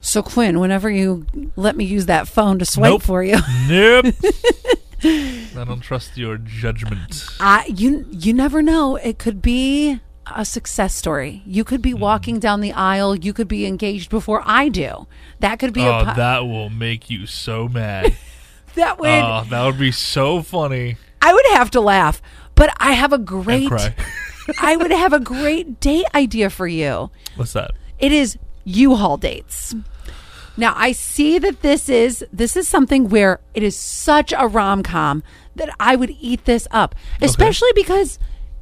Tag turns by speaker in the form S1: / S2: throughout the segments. S1: So Quinn, whenever you let me use that phone to swipe
S2: Nope.
S1: for you,
S2: Nope. I don't trust your judgment.
S1: I you you never know. It could be a success story. You could be walking down the aisle. You could be engaged before I do. That could be
S2: Oh,
S1: a po-
S2: that will make you so mad.
S1: that would
S2: oh, that would be so funny.
S1: I would have to laugh. But I have a great
S2: cry.
S1: I would have a great date idea for you.
S2: What's that?
S1: It is U-Haul dates. Now I see that this is this is something where it is such a rom com that I would eat this up, especially because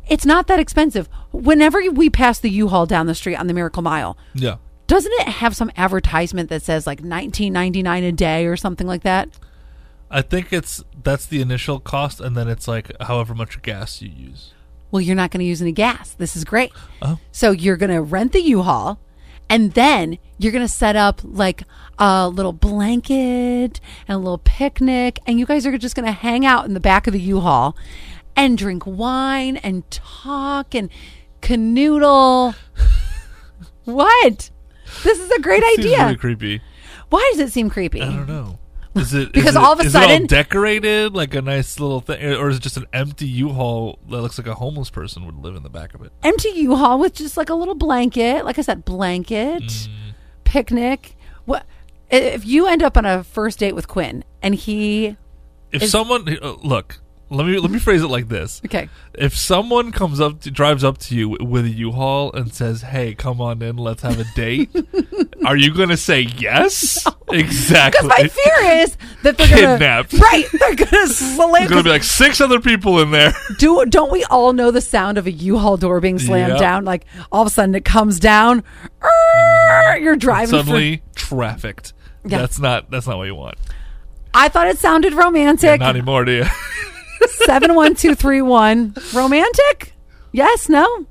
S1: it's not that expensive. Whenever we pass the U-Haul down the street on the Miracle Mile,
S2: Yeah.
S1: doesn't it have some advertisement that says like nineteen ninety nine a day or something like that?
S2: I think it's that's the initial cost, and then it's like however much gas you use.
S1: Well, you're not going to use any gas. This is great.
S2: Oh.
S1: So you're going to rent the U-Haul and then you're going to set up like a little blanket and a little picnic and you guys are just going to hang out in the back of the U-Haul and drink wine and talk and canoodle. what? This is a great
S2: Seems
S1: idea.
S2: really creepy.
S1: Why does it seem creepy?
S2: I don't know. Is it is
S1: Because
S2: it-
S1: all of a
S2: is it all
S1: sudden-
S2: decorated like a nice little thing, or is it just an empty U-Haul that looks like a homeless person would live in the back of it?
S1: empty U-Haul with just like a little blanket, like I said, blanket,
S2: Mm.
S1: picnic. What i- if you end up on a first date with Quinn and he?
S2: If someone uh, look, let me let me phrase it like this:
S1: Okay,
S2: If someone comes up, to, drives up to you with a U-Haul and says, "Hey, come on in, let's have a date," are you going to say yes? Exactly.
S1: because my fear is that they're gonna
S2: Kidnapped.
S1: Right, they're gonna slam.
S2: There's going to be like six other people in there.
S1: do don't we all know the sound of a U-Haul door being slammed
S2: Yep.
S1: down? Like all of a sudden it comes down. Err, You're driving. for-
S2: Mm-hmm. Suddenly trafficked.
S1: Yeah.
S2: That's not that's not what you want.
S1: I thought it sounded romantic.
S2: Not anymore, do you?
S1: Seven one two three one. Romantic? Yes. No.